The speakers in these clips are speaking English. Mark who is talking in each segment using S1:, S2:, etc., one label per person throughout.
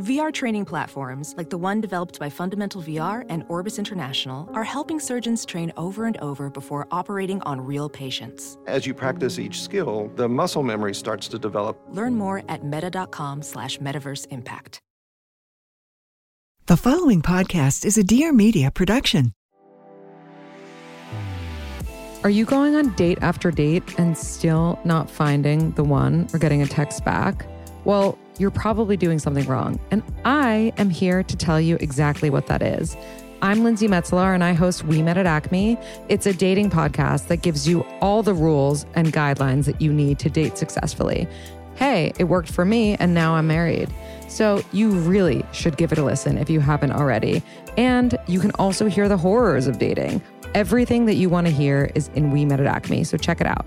S1: VR training platforms, like the one developed by Fundamental VR and Orbis International, are helping surgeons train over and over before operating on real patients.
S2: As you practice each skill, the muscle memory starts to develop.
S1: Learn more at meta.com slash metaverse impact.
S3: The following podcast is a Dear Media production.
S4: Are you going on date after date and still not finding the one or getting a text back? Well, you're probably doing something wrong. And I am here to tell you exactly what that is. I'm Lindsay Metzler and I host We Met at Acme. It's a dating podcast that gives you all the rules and guidelines that you need to date successfully. Hey, it worked for me and now I'm married. So you really should give it a listen if you haven't already. And you can also hear the horrors of dating. Everything that you want to hear is in We Met at Acme, so check it out.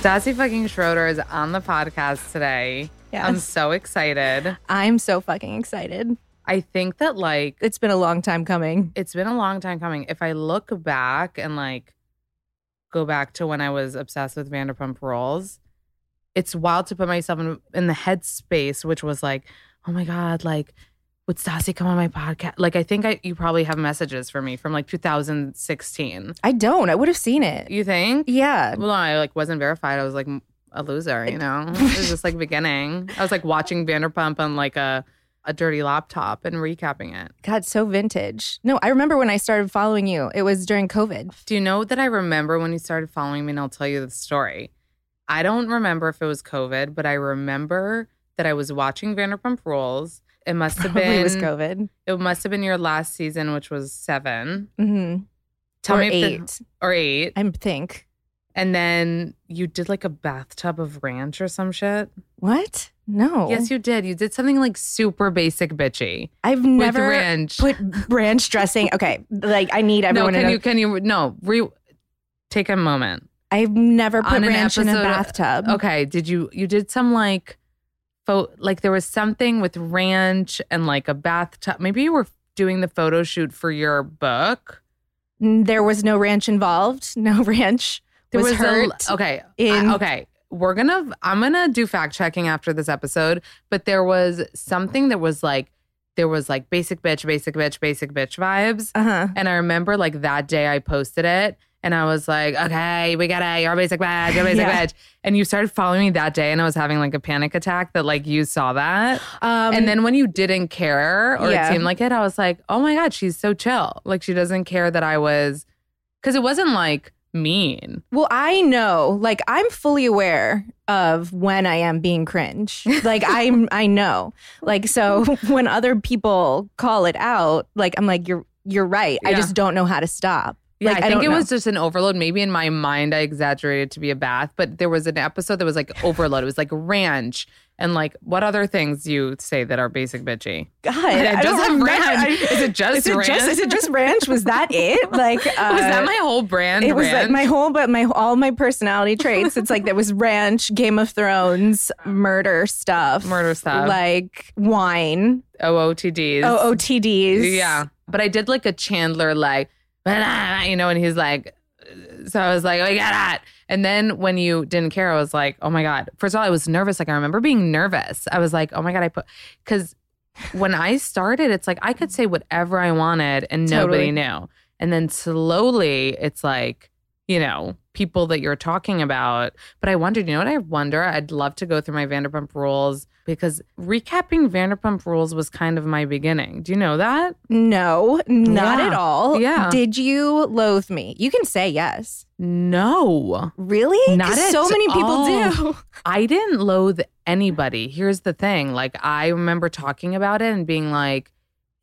S5: Stassi fucking Schroeder is on the podcast today.
S6: Yes.
S5: I'm so excited.
S6: I'm so fucking excited.
S5: I think that like
S6: It's been a long time coming.
S5: it's been a long time coming. If I look back and like go back to when I was obsessed with Vanderpump Rules, it's wild to put myself in, in the headspace, which was like, oh my god, like would Stassi come on my podcast? Like I think I you probably have messages for me from like 2016.
S6: I don't. I would have seen it.
S5: You think?
S6: Yeah.
S5: Well, no, I like wasn't verified. I was like a loser, you know. it was just like beginning. I was like watching Vanderpump on like a a dirty laptop and recapping it.
S6: God, so vintage. No, I remember when I started following you. It was during COVID.
S5: Do you know that I remember when you started following me and I'll tell you the story. I don't remember if it was COVID, but I remember that I was watching Vanderpump Rules. It must have
S6: Probably
S5: been
S6: it was COVID.
S5: it must have been your last season, which was seven.
S6: hmm
S5: Tell
S6: or
S5: me if the-
S6: eight.
S5: or eight.
S6: I think.
S5: and then you did like a bathtub of ranch or some shit.
S6: What? No.
S5: Yes, you did. You did something like super basic bitchy.
S6: I've never
S5: with ranch.
S6: put ranch dressing. Okay, like I need everyone
S5: no,
S6: to
S5: can
S6: know.
S5: you can you no re take a moment.
S6: I've never put
S5: on an
S6: ranch in a
S5: episode-
S6: bathtub.
S5: Okay, did you you did some like photo like there was something with ranch and like a bathtub. Maybe you were doing the photo shoot for your book.
S6: Mm, There was no ranch involved. No ranch.
S5: There
S6: was,
S5: a-
S6: hurt.
S5: okay.
S6: in-
S5: I- okay. We're gonna I'm gonna do fact checking after this episode, but there was something that was like there was like basic bitch, basic bitch, basic bitch vibes.
S6: Uh huh.
S5: And I remember like that day I posted it and I was like, okay, we got it. You're a basic bitch. You're a basic
S6: Yeah.
S5: bitch. And you started following me that day and I was having like a panic attack that like you saw that.
S6: Um,
S5: and then when you didn't care or
S6: yeah.
S5: it seemed like it, I was like, oh my God, she's so chill. Like she doesn't care that I was, because it wasn't like mean.
S6: Well, I know, like I'm fully aware of when I am being cringe. Like I'm I know. Like so when other people call it out, like I'm like you're you're right. I
S5: Yeah.
S6: just don't know how to stop.
S5: Yeah,
S6: like,
S5: I think
S6: don't
S5: it
S6: know.
S5: was just an overload. Maybe in my mind, I exaggerated to be a bath, but there was an episode that was like overload. It was like ranch and like what other things you say that are basic bitchy?
S6: God.
S5: It
S6: I don't
S5: doesn't
S6: remember.
S5: brand.
S6: I-
S5: Is it just
S6: is it
S5: ranch?
S6: just is it just ranch? Was that it? Like uh,
S5: was that my whole brand?
S6: it was like
S5: ranch?
S6: my whole, but my all my personality traits. It's like there was ranch, Game of Thrones, murder stuff,
S5: Murder stuff.
S6: like wine,
S5: OOTDs.
S6: OOTDs.
S5: Yeah. But I did like a Chandler, like, "Ah," you know, and he's like, so I was like, oh, I got that. And then when you didn't care, I was like, oh my God. First of all, I was nervous. Like, I remember being nervous. I was like, oh my God, I put, because when I started, it's like I could say whatever I wanted and nobody
S6: Totally.
S5: knew. And then slowly it's like, you know, people that you're talking about. But I wondered, you know what I wonder? I'd love to go through my Vanderpump rules because recapping Vanderpump rules was kind of my beginning. Do you know that?
S6: No, not
S5: Yeah.
S6: at all.
S5: Yeah.
S6: Did you loathe me? You can say yes.
S5: No.
S6: Really?
S5: Not
S6: 'Cause
S5: at
S6: so many people
S5: all.
S6: do.
S5: I didn't loathe anybody. Here's the thing. Like I remember talking about it and being like,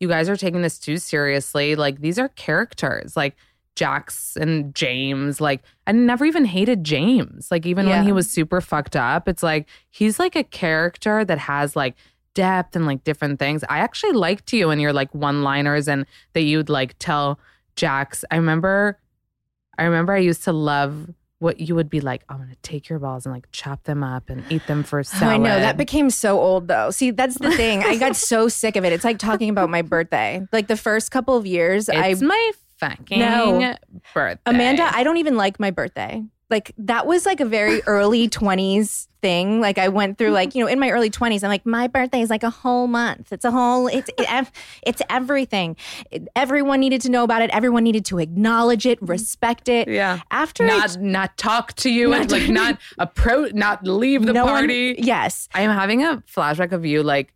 S5: you guys are taking this too seriously. Like these are characters. Like Jax and James. Like I never even hated James. Like even when
S6: Yeah.
S5: he was super fucked up, it's like he's like a character that has like depth and like different things. I actually liked you and your like one liners and that you'd like tell Jax. I remember I remember I used to love what you would be like, I'm gonna take your balls and like chop them up and eat them for
S6: Oh,
S5: salad.
S6: I know that became so old though. See, that's the thing. I got so sick of it. It's like talking about my birthday. Like the first couple of years, I
S5: it's my fucking
S6: No.
S5: birthday.
S6: Amanda, I don't even like my birthday. Like that was like a very early 20s thing. Like I went through like, you know, in my early 20s, I'm like my birthday is like a whole month. It's a whole it's it, ev- it's everything. It- everyone needed to know about it. Everyone needed to acknowledge it, respect it.
S5: Yeah.
S6: After I-
S5: not not talk to you and like not approach not leave the
S6: no one-
S5: party.
S6: yes.
S5: I am having a flashback of you like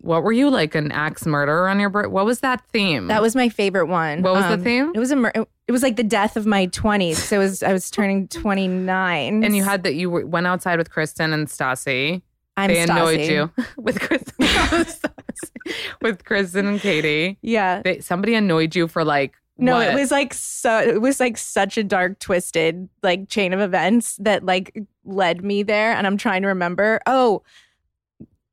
S5: what were you like an axe murderer on your birth? What was that theme?
S6: That was my favorite one. Um,
S5: What was the theme?
S6: It was a mur- it was like the death of my 20s. So it was I was turning 29.
S5: and you had that you were, went outside with Kristen and Stassi.
S6: I'm
S5: they annoyed
S6: Stassi.
S5: you with Kristen with Kristen and Katie.
S6: Yeah.
S5: They, somebody annoyed you for like
S6: No,
S5: what?
S6: it was like so it was like such a dark twisted like chain of events that like led me there and I'm trying to remember. Oh,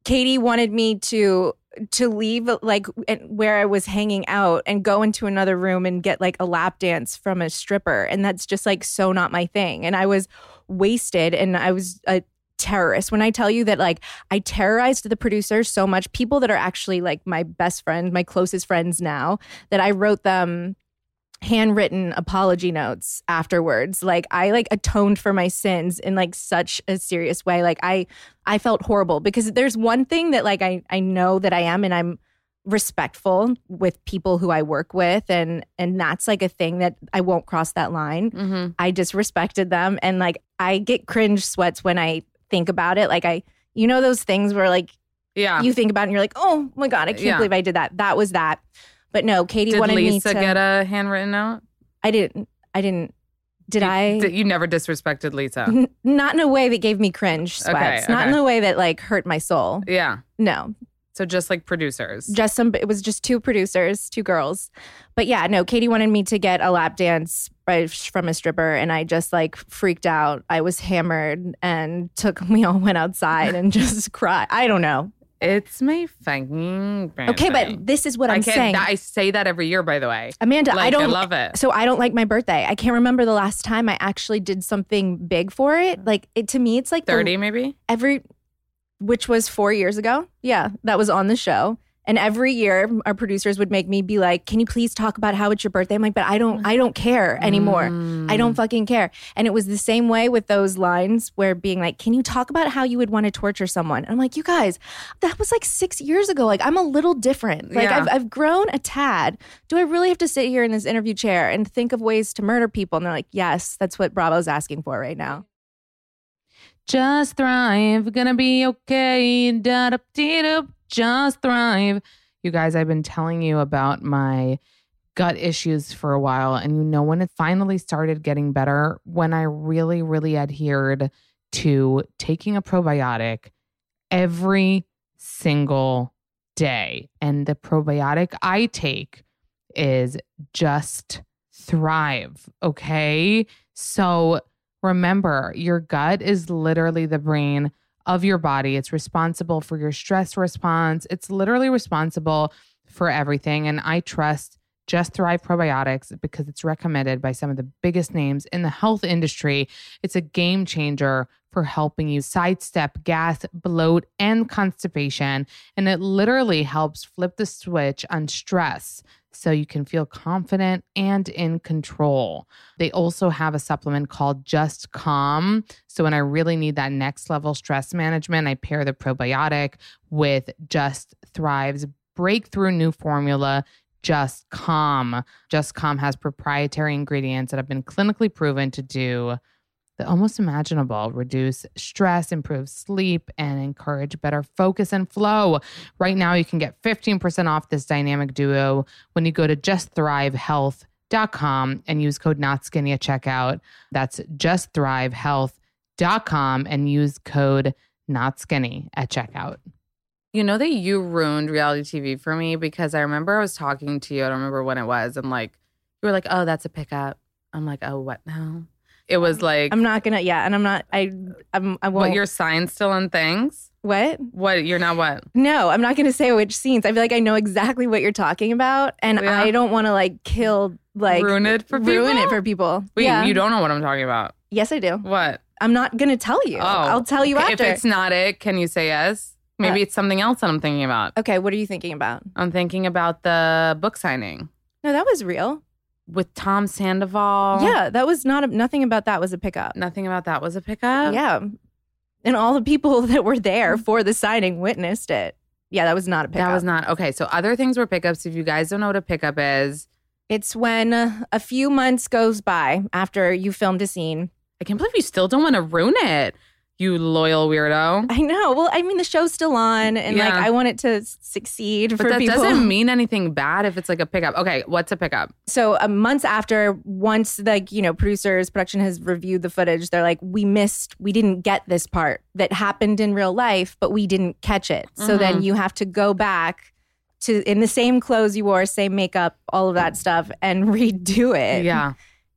S6: Katie wanted me to to leave like and- where I was hanging out and go into another room and get like a lap dance from a stripper and that's just like so not my thing and I was wasted and I was a terrorist when I tell you that like I terrorized the producers so much people that are actually like my best friend, my closest friends now that I wrote them handwritten apology notes afterwards like i like atoned for my sins in like such a serious way like i i felt horrible because there's one thing that like i i know that i am and i'm respectful with people who i work with and and that's like a thing that i won't cross that line
S5: Mhm.
S6: i disrespected them and like i get cringe sweats when i think about it like i you know those things where like
S5: Yeah.
S6: you think about it and you're like oh my god i can't
S5: Ah. Yeah.
S6: believe i did that that was that but no katie
S5: Did
S6: wanted
S5: Lisa
S6: me to
S5: get a handwritten note?
S6: I didn't. I didn't. Did
S5: you,
S6: I?
S5: d- you never disrespected Lisa.
S6: N- not in a way that gave me cringe
S5: Okay,
S6: sweats. Not in
S5: okay.
S6: a way that like hurt my soul.
S5: yeah.
S6: No,
S5: So just like producers.
S6: just some. It was just two producers, two girls. But yeah, no. Katie wanted me to get a lap dance by, from a stripper, and I just like freaked out. I was hammered, and took. We all went outside and just cried. I don't know.
S5: it's my fucking birthday.
S6: Okay, but this is what
S5: I
S6: I'm
S5: can't,
S6: saying.
S5: I say that every year, by the way.
S6: Amanda,
S5: Like,
S6: I don't
S5: love it.
S6: So I don't like my birthday. I can't remember the last time I actually did something big for it. Like it to me, it's like the-
S5: 30 maybe?
S6: every which was four years ago yeah that was on the show and every year our producers would make me be like can you please talk about how it's your birthday i'm like but i don't i don't care anymore i don't fucking care and it was the same way with those lines where being like can you talk about how you would want to torture someone and i'm like you guys that was like six years ago like i'm a little different like
S5: Yeah.
S6: I've, I've grown a tad do i really have to sit here in this interview chair and think of ways to murder people and they're like yes that's what bravo's asking for right now
S5: Just thrive, gonna be okay. Da-da-dee-doop. Just thrive. You guys, I've been telling you about my gut issues for a while, and you know when it finally started getting better when I really, really adhered to taking a probiotic every single day. And the probiotic I take is just thrive, okay? So remember, your gut is literally the brain of your body. It's responsible for your stress response, it's literally responsible for everything. And I trust Just Thrive Probiotics because it's recommended by some of the biggest names in the health industry. It's a game changer for helping you sidestep gas, bloat, and constipation. And it literally helps flip the switch on stress so you can feel confident and in control. They also have a supplement called Just Calm. So when I really need that next level stress management, I pair the probiotic with Just Thrive's breakthrough new formula. Just Calm. Just Calm has proprietary ingredients that have been clinically proven to do the almost imaginable, reduce stress, improve sleep, and encourage better focus and flow. Right now, you can get 15% off this dynamic duo when you go to justthrivehealth.com and use code not skinny at checkout. That's justthrivehealth.com and use code not skinny at checkout. You know that you ruined reality TV for me because I remember I was talking to you. I don't remember when it was. And like, you were like, oh, that's a pickup. I'm like, oh, what now? It was like,
S6: I'm not gonna. Yeah, and I'm not. I. I'm. I won't.
S5: what, your sign's still on things?
S6: what?
S5: What, you're not what?
S6: No, I'm not gonna say which scenes. I feel like I know exactly what you're talking about, and
S5: Yeah.
S6: I don't want to like kill like
S5: Ruin it for
S6: ruin
S5: people?
S6: it for people.
S5: Wait,
S6: yeah.
S5: you don't know what I'm talking about.
S6: Yes, I do.
S5: What?
S6: I'm not gonna tell you.
S5: Oh,
S6: I'll tell you
S5: okay.
S6: after. Uh,
S5: If it's not it, can you say yes? Maybe it's something else that I'm thinking about.
S6: okay, what are you thinking about?
S5: I'm thinking about the book signing
S6: No, that was real.
S5: with Tom Sandoval.
S6: Yeah, that was not a, nothing about that was a pickup.
S5: Nothing about that was a pickup.
S6: yeah, and all the people that were there for the signing witnessed it. Yeah, that was not a pickup.
S5: Mm. That was not okay. So other things were pickups. If you guys don't know what a pickup is,
S6: It's when uh, a few months goes by after you filmed a scene.
S5: I can't believe you still don't want to ruin it. You loyal weirdo.
S6: I know. Well, I mean, the show's still on, and like
S5: Yeah.
S6: I want it to s- succeed
S5: But
S6: for
S5: that
S6: people.
S5: doesn't mean anything bad if it's like a pickup. Okay, what's a pickup?
S6: so uh, months after, once like you know, producers, production has reviewed the footage. They're like, we missed, we didn't get this part that happened in real life, but we didn't catch it. So
S5: Mm-hmm.
S6: then you have to go back to in the same clothes you wore, same makeup, all of that stuff, and redo it.
S5: Yeah.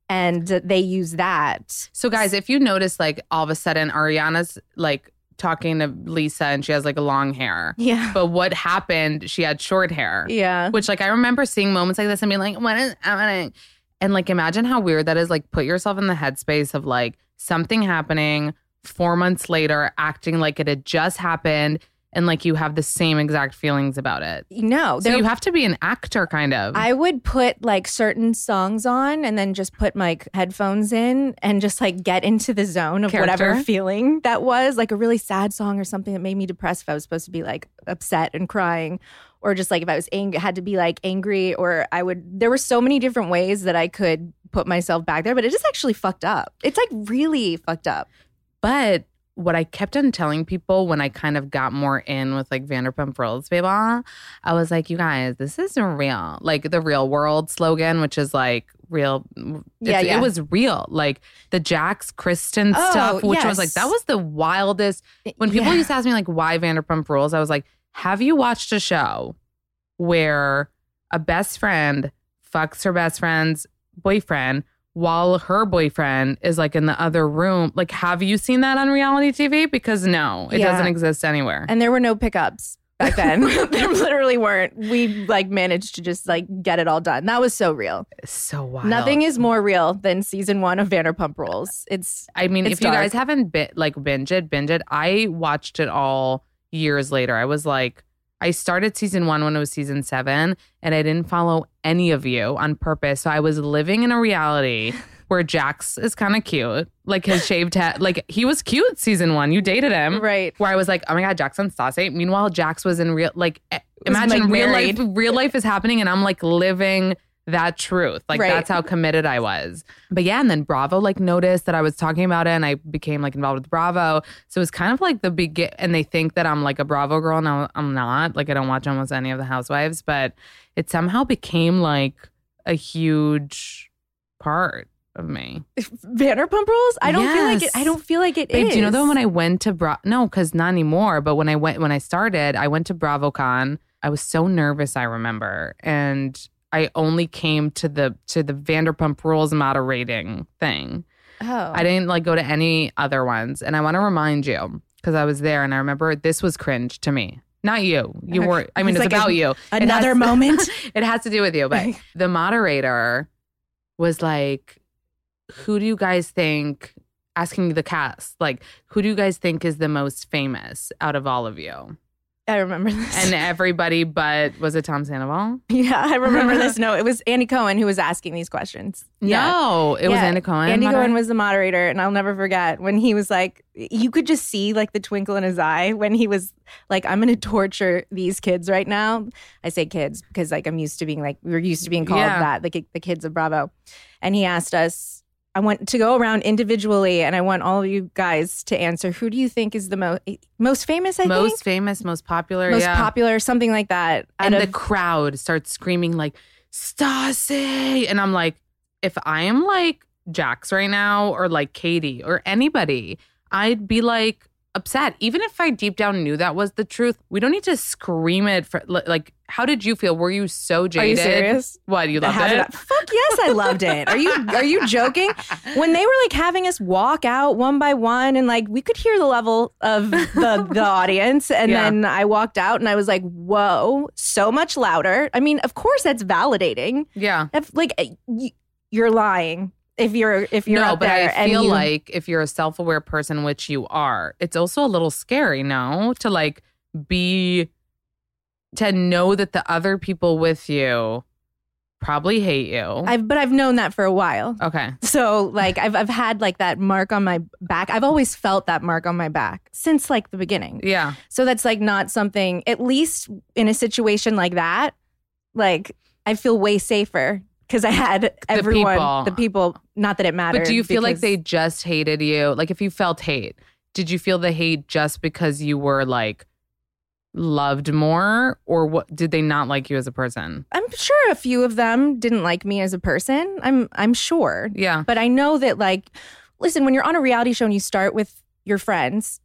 S6: and uh, they use that.
S5: So guys, if you notice like all of a sudden Ariana's like talking to Lisa and she has like long hair.
S6: Yeah,
S5: But what happened? She had short hair.
S6: yeah.
S5: Which like I remember seeing moments like this and being like, what is happening? And like imagine how weird that is. Like put yourself in the headspace of like something happening four months later, acting like it had just happened and like you have the same exact feelings about it.
S6: No,
S5: So
S6: there-
S5: you have to be an actor kind of.
S6: I would put like certain songs on and then just put my headphones in and just like get into the zone of whatever
S5: Character.
S6: feeling that was, like a really sad song or something that made me depressed if I was supposed to be like upset and crying or just like if I was angry had to be like angry or I would there were so many different ways that I could put myself back there, but it is actually fucked up. It's like really fucked up.
S5: But what I kept on telling people when I kind of got more in with like Vanderpump Rules, baby, I was like, you guys, this is real. Like the real world slogan, which is like real.
S6: Yeah,
S5: it's-
S6: yeah.
S5: It was real. Like the Jax Kristen
S6: Oh,
S5: stuff, which
S6: yes.
S5: was like, that was the wildest. When people
S6: Yeah.
S5: used to ask me like, why Vanderpump Rules, I was like, have you watched a show where a best friend fucks her best friend's boyfriend while her boyfriend is like in the other room. Like, have you seen that on reality TV? Because no, it
S6: Yeah.
S5: doesn't exist anywhere.
S6: And there were no pickups back then. there literally weren't. We like managed to just like get it all done. That was so real.
S5: It's so wild.
S6: Nothing is more real than season one of Vanderpump Rules. It's
S5: I mean,
S6: it's
S5: if you guys
S6: dark.
S5: haven't been like binge it, binge it. I watched it all years later. I was like, I started season one when it was season seven, and I didn't follow any of you on purpose. So I was living in a reality where Jax is kind of cute, like his shaved head. Like he was cute season one. You dated him,
S6: right.
S5: where I was like, oh my god, Jackson's saucy. Meanwhile, Jax was in real like eh,
S6: Was,
S5: imagine
S6: like,
S5: real
S6: married.
S5: life real life is happening and I'm like living that truth. Like
S6: Right.
S5: that's how committed I was. But yeah, and then Bravo like noticed that I was talking about it and I became like involved with Bravo. So it's kind of like the begin and they think that I'm like a Bravo girl and I'm- I'm not. Like I don't watch almost any of the housewives, but it somehow became like a huge part of me.
S6: Vanderpump Rules. I don't feel like it.
S5: Yes.
S6: I don't feel like it is.
S5: Babe, do you know though when I went to Bra no, because not anymore, but when I went when I started, I went to BravoCon. I was so nervous, I remember. And I only came to the to the Vanderpump rules moderating thing.
S6: oh,
S5: I didn't like go to any other ones. And I want to remind you, because I was there and I remember this was cringe to me. Not you. You
S6: Okay.
S5: were I mean
S6: It's
S5: it's,
S6: like
S5: about
S6: a-
S5: you. It
S6: another
S5: has-
S6: moment?
S5: it has to do with you, but
S6: Okay.
S5: the moderator was like, Who do you guys think? Asking the cast, like, who do you guys think is the most famous out of all of you?
S6: I remember this.
S5: And everybody but was it Tom Sandoval?
S6: yeah, I remember this. No, it was Andy Cohen who was asking these questions. Yeah.
S5: No, it was
S6: Yeah.
S5: Anna Cohen.
S6: Andy Cohen
S5: moderating?
S6: was the moderator, and I'll never forget when he was like, you could just see like the twinkle in his eye when he was like, I'm going to torture these kids right now. I say kids because like I'm used to being like, we were used to being called
S5: Yeah.
S6: that, the, ki- the kids of Bravo. And he asked us, I want to go around individually, and I want all of you guys to answer who do you think is the most most famous, I
S5: most
S6: think?
S5: famous, most popular.
S6: most
S5: yeah.
S6: popular, something like that. out
S5: and
S6: of-
S5: the crowd starts screaming like Stassi, and I'm like, if I'm like Jax right now, or like Katie, or anybody, I'd be like upset. Even if I deep down knew that was the truth, we don't need to scream it. For li- like, how did you feel? Were you so
S6: Are you
S5: jaded?
S6: serious?
S5: What you loved
S6: How did
S5: it?
S6: I- fuck yes, I loved it. Are you are you joking? When they were like having us walk out one by one, and like we could hear the level of the the audience, and
S5: Yeah.
S6: then I walked out and I was like, "Whoa, so much louder!" I mean, of course that's validating.
S5: yeah.
S6: If like eh, y- you're lying if you're if you're
S5: no,
S6: up
S5: but
S6: there
S5: I
S6: and
S5: feel
S6: you-
S5: like if you're a self-aware person, which you are, it's also a little scary, no, to like be to know that the other people with you probably hate you.
S6: I've but I've known that for a while.
S5: okay,
S6: So like I've I've had like that mark on my back. I've always felt that mark on my back since like the beginning.
S5: yeah,
S6: So that's like not something, at least in a situation like that, like I feel way safer because I had everyone,
S5: people.
S6: the people, not that it mattered.
S5: but do you feel like
S6: because-
S5: they just hated you? Like if you felt hate, did you feel the hate just because you were like loved more, or what? Did they not like you as a person?
S6: I'm sure a few of them didn't like me as a person. I'm, I'm sure.
S5: Yeah,
S6: But I know that, like, listen, when you're on a reality show and you start with your friends,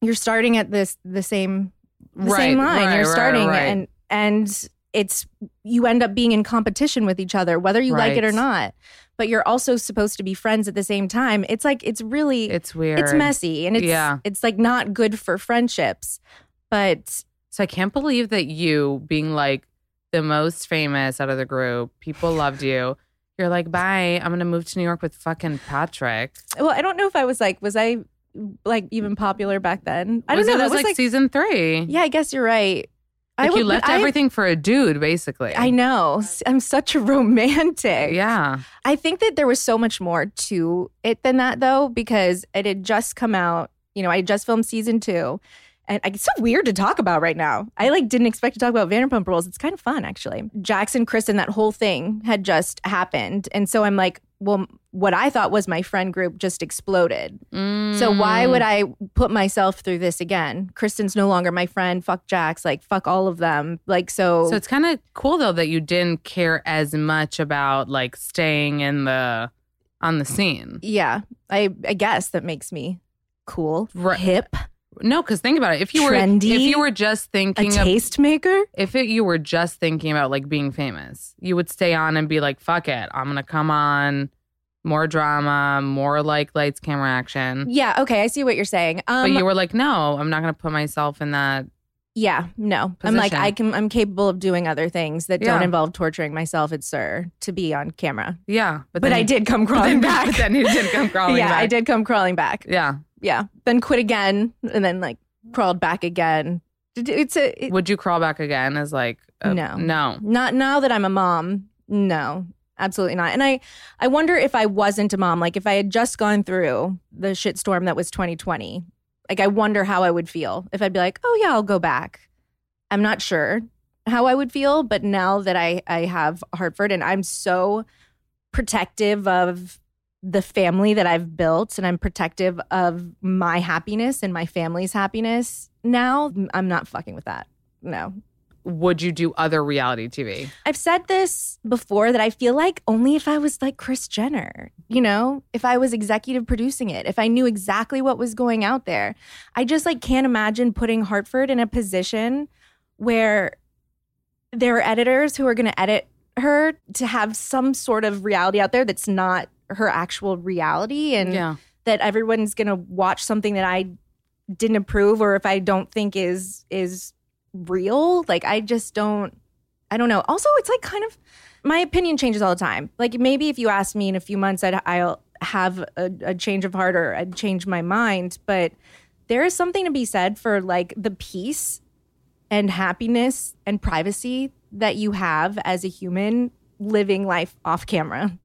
S6: you're starting at this, the same the
S5: right,
S6: same line.
S5: right,
S6: You're
S5: right,
S6: starting
S5: right.
S6: and and it's you end up being in competition with each other, whether you like it or
S5: Right.
S6: not. But you're also supposed to be friends at the same time. It's like it's really it's,
S5: it's weird.
S6: messy and it's
S5: Yeah.
S6: it's like not good for friendships. But
S5: So I can't believe that you being like the most famous out of the group, people loved you. You're like, bye, I'm gonna move to New York with fucking Patrick.
S6: well, I don't know if I was like was I like even popular back then? I don't
S5: Was
S6: know.
S5: It,
S6: that
S5: was, like, season three.
S6: yeah, I guess you're right.
S5: Like
S6: I
S5: you
S6: would-
S5: left
S6: I-
S5: everything for a dude, basically.
S6: I know. I'm such a romantic.
S5: Yeah.
S6: I think that there was so much more to it than that, though, because it had just come out. You know, I had just filmed season two, and I- it's so weird to talk about right now. I like didn't expect to talk about Vanderpump Rules. It's kind of fun, actually. Jackson, Kristen, that whole thing had just happened, and so I'm like, well, what I thought was my friend group just exploded. So why
S5: Mm.
S6: would I put myself through this again? Kristen's no longer my friend. Fuck Jax. Like fuck all of them. Like so.
S5: Mm. So it's kind of cool though that you didn't care as much about like staying in the on the scene.
S6: yeah, I I guess that makes me cool,
S5: Right.
S6: hip.
S5: No, because think about it. If you were
S6: Trendy.
S5: if you were just thinking of
S6: tastemaker?
S5: if it, you were just thinking about like being famous, you would stay on and be like, "Fuck it, I'm gonna come on, more drama, more like lights, camera, action."
S6: Yeah, okay, I see what you're saying. Um
S5: but you were like, "No, I'm not gonna put myself in that."
S6: yeah, no. I'm like
S5: Position.
S6: I can I'm capable of doing other things that don't
S5: Yeah.
S6: involve torturing myself at Sir to be on camera.
S5: Yeah,
S6: But,
S5: then
S6: I
S5: you-
S6: did come
S5: but then-
S6: crawling back.
S5: but then you did come crawling
S6: yeah,
S5: back.
S6: I did come crawling back.
S5: Yeah.
S6: Yeah. Then quit again and then like crawled back again. Did- It's a it-
S5: Would you crawl back again? As like, uh,
S6: No.
S5: no.
S6: not now that I'm a mom. No. Absolutely not. And I I wonder if I wasn't a mom, like if I had just gone through the shitstorm that was 2020. Like I wonder how I would feel. If I'd be like, "Oh yeah, I'll go back." I'm not sure how I would feel, but now that I I have Hartford and I'm so protective of the family that I've built and I'm protective of my happiness and my family's happiness. Now I'm not fucking with that. No.
S5: Would you do other reality TV?
S6: I've said this before that I feel like only if I was like Chris Jenner, you know, if I was executive producing it, if I knew exactly what was going out there. I just like can't imagine putting Hartford in a position where there are editors who are going to edit her to have some sort of reality out there that's not her actual reality and
S5: yeah.
S6: that everyone's going to watch something that I didn't approve or if I don't think is is real. Like I just don't I don't know. Also, it's like kind of my opinion changes all the time. Like maybe if you ask me in a few months I'd, I'll have a, a change of heart or I'd change my mind, but there is something to be said for like the peace and happiness and privacy that you have as a human living life off camera.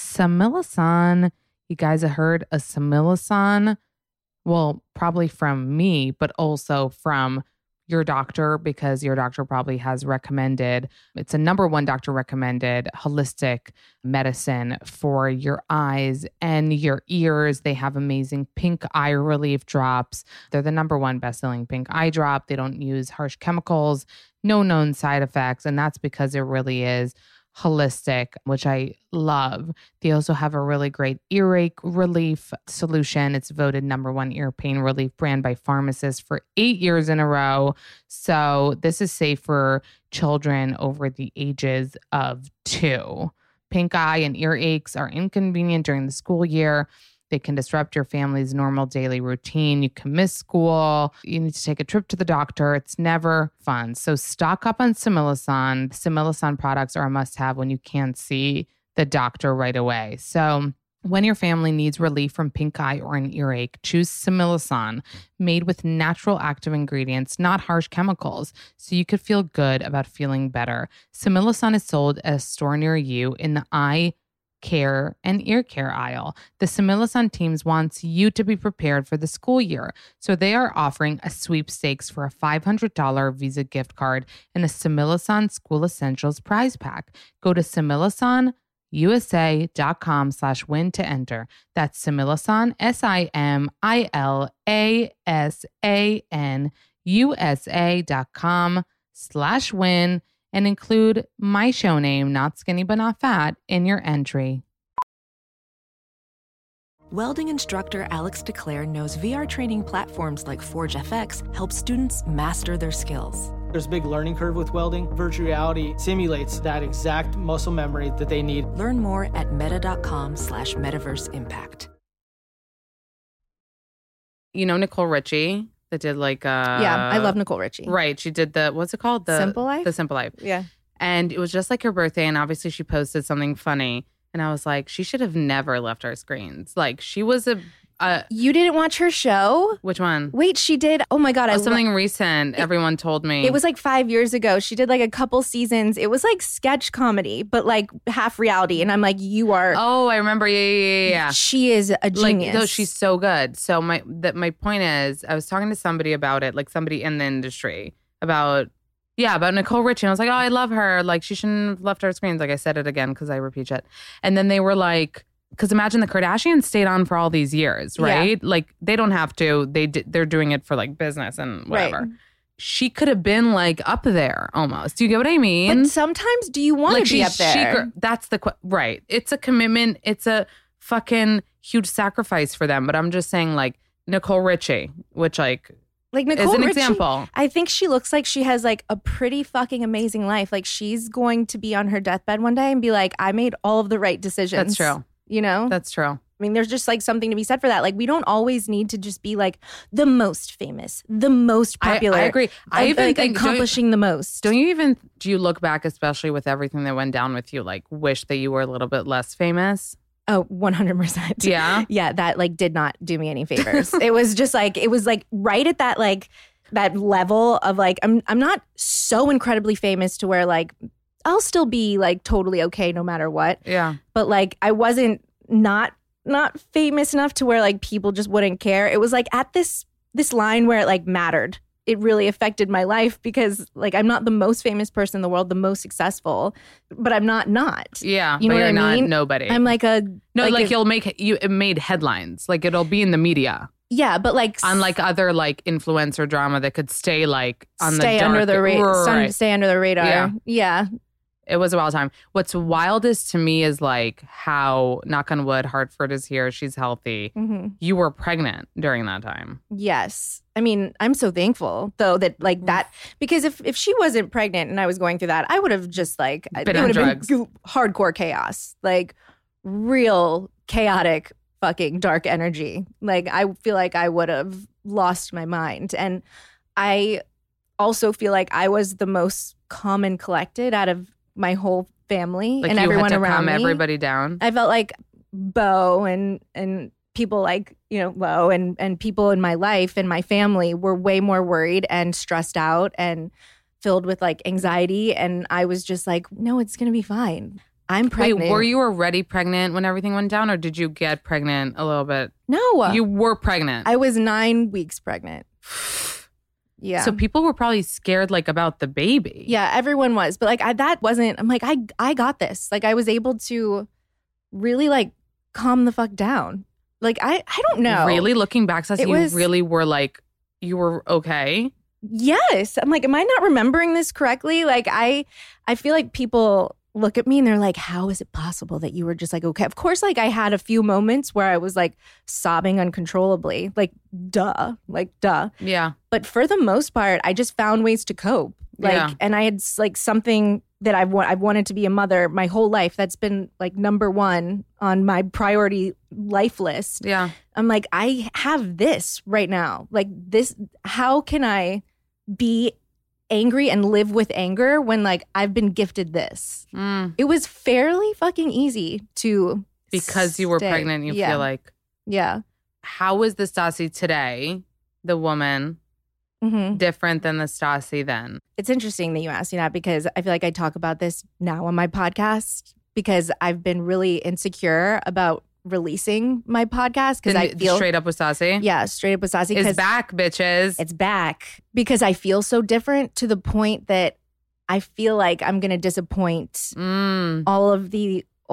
S5: Samilasan. You guys have heard of Samilasan? Well, probably from me, but also from your doctor because your doctor probably has recommended it's a number one doctor recommended holistic medicine for your eyes and your ears they have amazing pink eye relief drops they're the number one best-selling pink eye drop they don't use harsh chemicals no known side effects and that's because it really is holistic which i love they also have a really great earache relief solution it's voted number one ear pain relief brand by pharmacists for eight years in a row so this is safe for children over the ages of two pink eye and ear aches are inconvenient during the school year they can disrupt your family's normal daily routine. You can miss school. You need to take a trip to the doctor. It's never fun. So stock up on Similasan. Similasan products are a must have when you can't see the doctor right away. So when your family needs relief from pink eye or an earache, choose Similasan, made with natural active ingredients, not harsh chemicals, so you could feel good about feeling better. Similasan is sold at a store near you in the eye care and ear care aisle. The Similasan teams wants you to be prepared for the school year, so they are offering a sweepstakes for a $500 Visa gift card and a Similasan School Essentials prize pack. Go to similasusa.com slash win to enter. That's Similasan, S-I-M-I-L-A-S-A-N USA.com slash win and include my show name, Not Skinny But Not Fat, in your entry.
S1: Welding instructor Alex DeClaire knows VR training platforms like Forge FX help students master their skills.
S7: There's a big learning curve with welding. Virtual reality simulates that exact muscle memory that they need.
S1: Learn more at meta.com slash metaverse impact.
S5: You know Nicole Richie that did like uh
S6: yeah, I love Nicole Richie.
S5: Right. She did the what's it called? The
S6: Simple Life?
S5: The Simple Life.
S6: Yeah.
S5: And it was just like her birthday, and obviously she posted something funny. And I was like, she should have never left our screens. Like she was a, a
S6: You didn't watch her show?
S5: which one?
S6: Wait, she did. Oh my god, I
S5: Oh,
S6: love
S5: something recent. everyone told me
S6: It was like five years ago. She did like a couple seasons. It was like sketch comedy, but like half reality. And I'm like, you are.
S5: Oh, I remember. Yeah, yeah, yeah, yeah.
S6: She is a
S5: Like
S6: genius.
S5: no, she's so good. So my that my point is, I was talking to somebody about it, like somebody in the industry about yeah about Nicole Richie. And I was like, oh, I love her. Like she shouldn't have left our screens. Like I said it again because I repeat it. And then they were like, because imagine the Kardashians stayed on for all these years,
S6: Yeah.
S5: right? Like they don't have to. They d- they're doing it for like business and
S6: Right.
S5: whatever. She could have been like up there almost. Do you get what I mean?
S6: But sometimes, do you want to be
S5: she's
S6: up there?
S5: chic- that's the que- right. It's a commitment. It's a fucking huge sacrifice for them. But I'm just saying, like Nicole Richie, which like
S6: like Nicole
S5: is an
S6: Richie,
S5: example.
S6: I think she looks like she has like a pretty fucking amazing life. Like she's going to be on her deathbed one day and be like, I made all of the right
S5: That's
S6: decisions.
S5: true.
S6: You know?
S5: That's true.
S6: I mean, there's just like something to be said for that. Like we don't always need to just be like the most famous, the most
S5: I- I
S6: popular.
S5: agree. I
S6: and,
S5: even
S6: like,
S5: think- don't you-
S6: accomplishing the most.
S5: Don't you even do you look back, especially with everything that went down with you, like wish that you were a little bit less famous?
S6: Oh, 100%.
S5: Yeah.
S6: Yeah, that like did not do me any favors. it was just like it was like right at that like that level of like I'm I'm not so incredibly famous to where like I'll still be like totally okay no matter what,
S5: Yeah.
S6: but like I wasn't not not famous enough to where like people just wouldn't care. It was like at this this line where it like mattered. It really affected my life because like I'm not the most famous person in the world, the most successful, but I'm not not.
S5: Yeah.
S6: You
S5: but
S6: know what
S5: you're
S6: I
S5: not
S6: mean?
S5: nobody.
S6: I'm like a
S5: no, like,
S6: a-
S5: you'll make you it made headlines. Like it'll be in the media.
S6: yeah, but like
S5: Unlike other like influencer drama that could stay like on
S6: stay
S5: the
S6: under
S5: dark-
S6: the radar.
S5: Right.
S6: Stay under the radar.
S5: Yeah.
S6: Yeah.
S5: it was a wild time. What's wildest to me is like how knock on wood, Hartford is here. She's healthy.
S6: hmm
S5: You were pregnant during that time.
S6: Yes. I mean, I'm so thankful though that
S5: Mm.
S6: like that because if if she wasn't pregnant and I was going through that, I would have just like I-
S5: Been
S6: it
S5: on
S6: would have
S5: drugs.
S6: been goo- hardcore chaos, like real chaotic fucking dark energy. Like I feel like I would have lost my mind and I also feel like I was the most calm and collected out of my whole family
S5: Like
S6: and
S5: you
S6: everyone
S5: had to
S6: around
S5: calm
S6: me.
S5: everybody down.
S6: I felt like Bo and and people like you know Lo and and people in my life and my family were way more worried and stressed out and filled with like anxiety and I was just like no it's gonna be fine I'm
S5: Wait,
S6: pregnant
S5: were you already pregnant when everything went down, or did you get pregnant a little bit?
S6: no
S5: You were pregnant.
S6: I was nine weeks pregnant yeah
S5: So people were probably scared, like about the baby.
S6: Yeah, everyone was. But like I that wasn't I'm like I I got this. Like I was able to really like calm the fuck down. Like I I don't know.
S5: Really, looking back, Sassy,
S6: It
S5: you
S6: was-
S5: really were like, you were okay.
S6: Yes. I'm like am I not remembering this correctly? Like I I feel like people look at me and they're like how is it possible that you were just like okay. Of course like I had a few moments where I was like sobbing uncontrollably. Like duh. Like duh.
S5: Yeah.
S6: but for the most part i just found ways to cope like
S5: Yeah.
S6: and i had like something that i've wa- i've wanted to be a mother my whole life that's been like number 1 on my priority life list
S5: Yeah.
S6: i'm like i have this right now like this how can i be angry and live with anger when like i've been gifted this
S5: Mm.
S6: it was fairly fucking easy to
S5: Because you were
S6: stay.
S5: pregnant, you
S6: yeah.
S5: feel like,
S6: yeah
S5: how is the Stassi today, the woman,
S6: hmm
S5: different than the Stassi then?
S6: it's interesting that you asked me that because I feel like I talk about this now on my podcast because I've been really insecure about releasing my podcast because
S5: The
S6: I
S5: n-
S6: feel
S5: straight up with Stassi.
S6: yeah straight up with Sassy
S5: Is
S6: because
S5: back, bitches.
S6: it's back because I feel so different to the point that I feel like I'm gonna disappoint
S5: Mm.
S6: all of the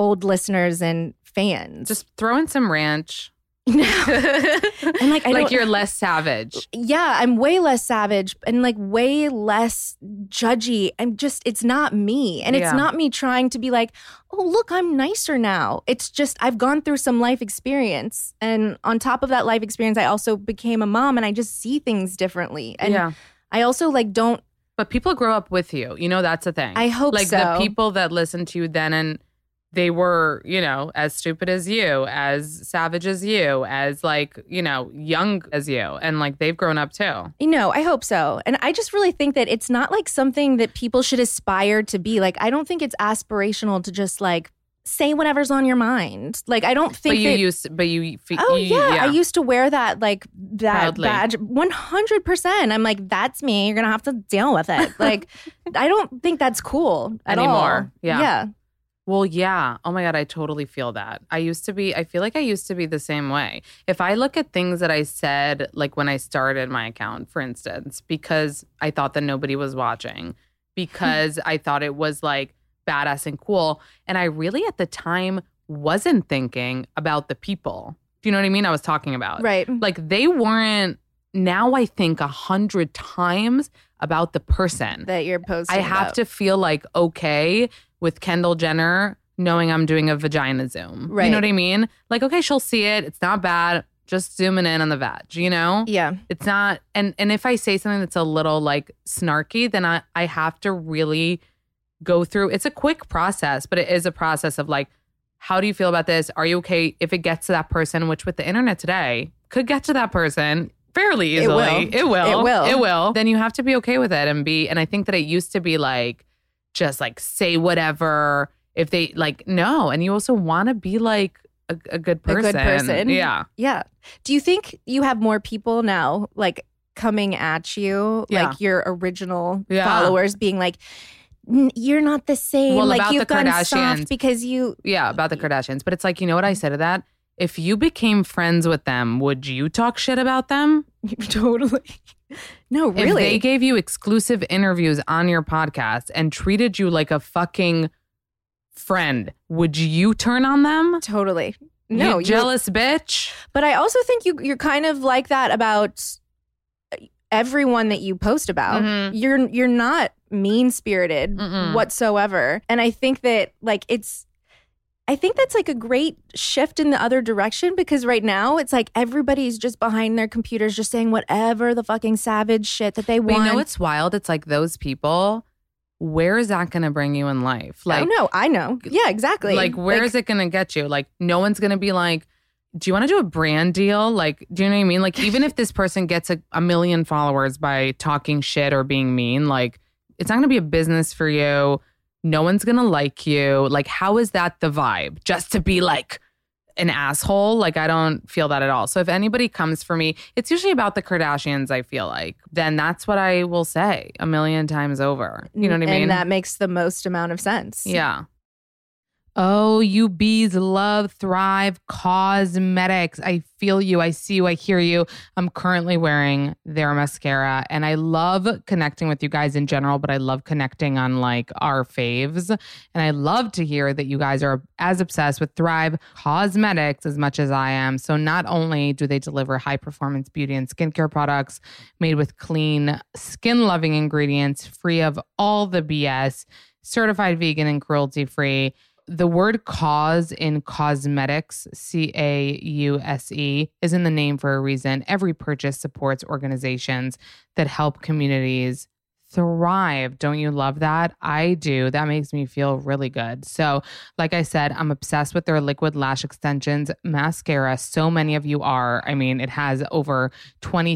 S6: old listeners and fans.
S5: Just throw in some ranch.
S6: you know?
S5: I'm
S6: I'm like, I
S5: like
S6: don't-
S5: you're less savage.
S6: yeah, I'm way less savage and like way less judgy. I'm just, it's not me. And it's
S5: Yeah.
S6: not me trying to be like, oh, look, I'm nicer now. It's just, I've gone through some life experience. And on top of that life experience, I also became a mom and I just see things differently. And I also like don't,
S5: But people grow up with you. You know, that's a thing.
S6: I hope
S5: like
S6: so.
S5: the people that listened to you then and they were, you know, as stupid as you, as savage as you, as like, you know, young as you. And like they've grown up too.
S6: you know, I hope so. And I just really think that it's not like something that people should aspire to be. Like, I don't think it's aspirational to just like, Say whatever's on your mind. Like I don't think
S5: But you
S6: that,
S5: used but you fe-
S6: Oh
S5: you,
S6: yeah. I used to wear that like that
S5: Proudly.
S6: badge. One hundred percent. I'm like, that's me. You're gonna have to deal with it. Like, I don't think that's cool at all.
S5: Anymore. Yeah.
S6: yeah,
S5: Well, yeah. Oh my God, I totally feel that. I used to be, I feel like I used to be the same way. If I look at things that I said, like when I started my account, for instance, because I thought that nobody was watching, because I thought it was like badass and cool. And I really at the time wasn't thinking about the people. Do you know what I mean? I was talking about.
S6: right.
S5: Like they weren't, now I think a hundred times about the person.
S6: That you're posting.
S5: I have to feel like okay with Kendall Jenner knowing I'm doing a vagina zoom. You
S6: Right.
S5: know what I mean? Like, okay, she'll see it. It's not bad. Just zooming in on the vag, you know?
S6: Yeah,
S5: It's not and and if I say something that's a little like snarky, then I, I have to really go through it's a quick process, but it is a process of like, how do you feel about this? Are you okay if it gets to that person, which with the internet today could get to that person fairly
S6: It
S5: easily.
S6: will.
S5: It will.
S6: It will.
S5: It will. Then you have to be okay with it and be and I think that it used to be like just like say whatever if they like no. And you also wanna be like a, a good
S6: A good
S5: person.
S6: person.
S5: Yeah.
S6: yeah. Do you think you have more people now like coming at you,
S5: Yeah.
S6: like your original
S5: Yeah.
S6: followers, being like, "N- "You're not the same.
S5: Well,
S6: like
S5: about
S6: you've
S5: the
S6: gone
S5: Kardashians.
S6: soft because you."
S5: Yeah, about the Kardashians. But it's like, you know what I said to that? If you became friends with them, would you talk shit about them?
S6: totally. No,
S5: If
S6: really.
S5: they gave you exclusive interviews on your podcast and treated you like a fucking friend, would you turn on them?
S6: totally. No,
S5: you
S6: you-
S5: jealous bitch.
S6: But I also think you you're kind of like that about everyone that you post about.
S5: Mhm.
S6: You're you're not mean spirited
S5: Mm-mm.
S6: whatsoever. And I think that like it's I think that's like a great shift in the other direction because right now it's like everybody's just behind their computers just saying whatever the fucking savage shit that they
S5: But you
S6: want.
S5: know what's wild? It's like those people, where is that going to bring you in life?
S6: I
S5: Like,
S6: know, Oh, I know. Yeah, exactly.
S5: like where is it going to get you? Like, no one's going to be like, do you want to do a brand deal? Like, do you know what I mean? Like, even if this person gets a, a million followers by talking shit or being mean, like, it's not going to be a business for you. No one's going to like you. Like, how is that the vibe? Just to be like an asshole. Like I don't feel that at all. So if anybody comes for me, it's usually about the Kardashians, I feel like. Then that's what I will say a million times over. You know what I mean?
S6: And that makes the most amount of sense.
S5: Yeah. Oh, you bees love Thrive Cosmetics. I feel you. I see you. I hear you. I'm currently wearing their mascara and I love connecting with you guys in general, but I love connecting on like our faves. And I love to hear that you guys are as obsessed with Thrive Cosmetics as much as I am. So not only do they deliver high performance beauty and skincare products made with clean, skin loving ingredients, free of all the BS, certified vegan and cruelty free the word cause in cosmetics, C A U S E, is in the name for a reason. Every purchase supports organizations that help communities thrive. Don't you love that? I do. That makes me feel really good. So, like I said, I'm obsessed with their liquid lash extensions, mascara. So many of you are. I mean, it has over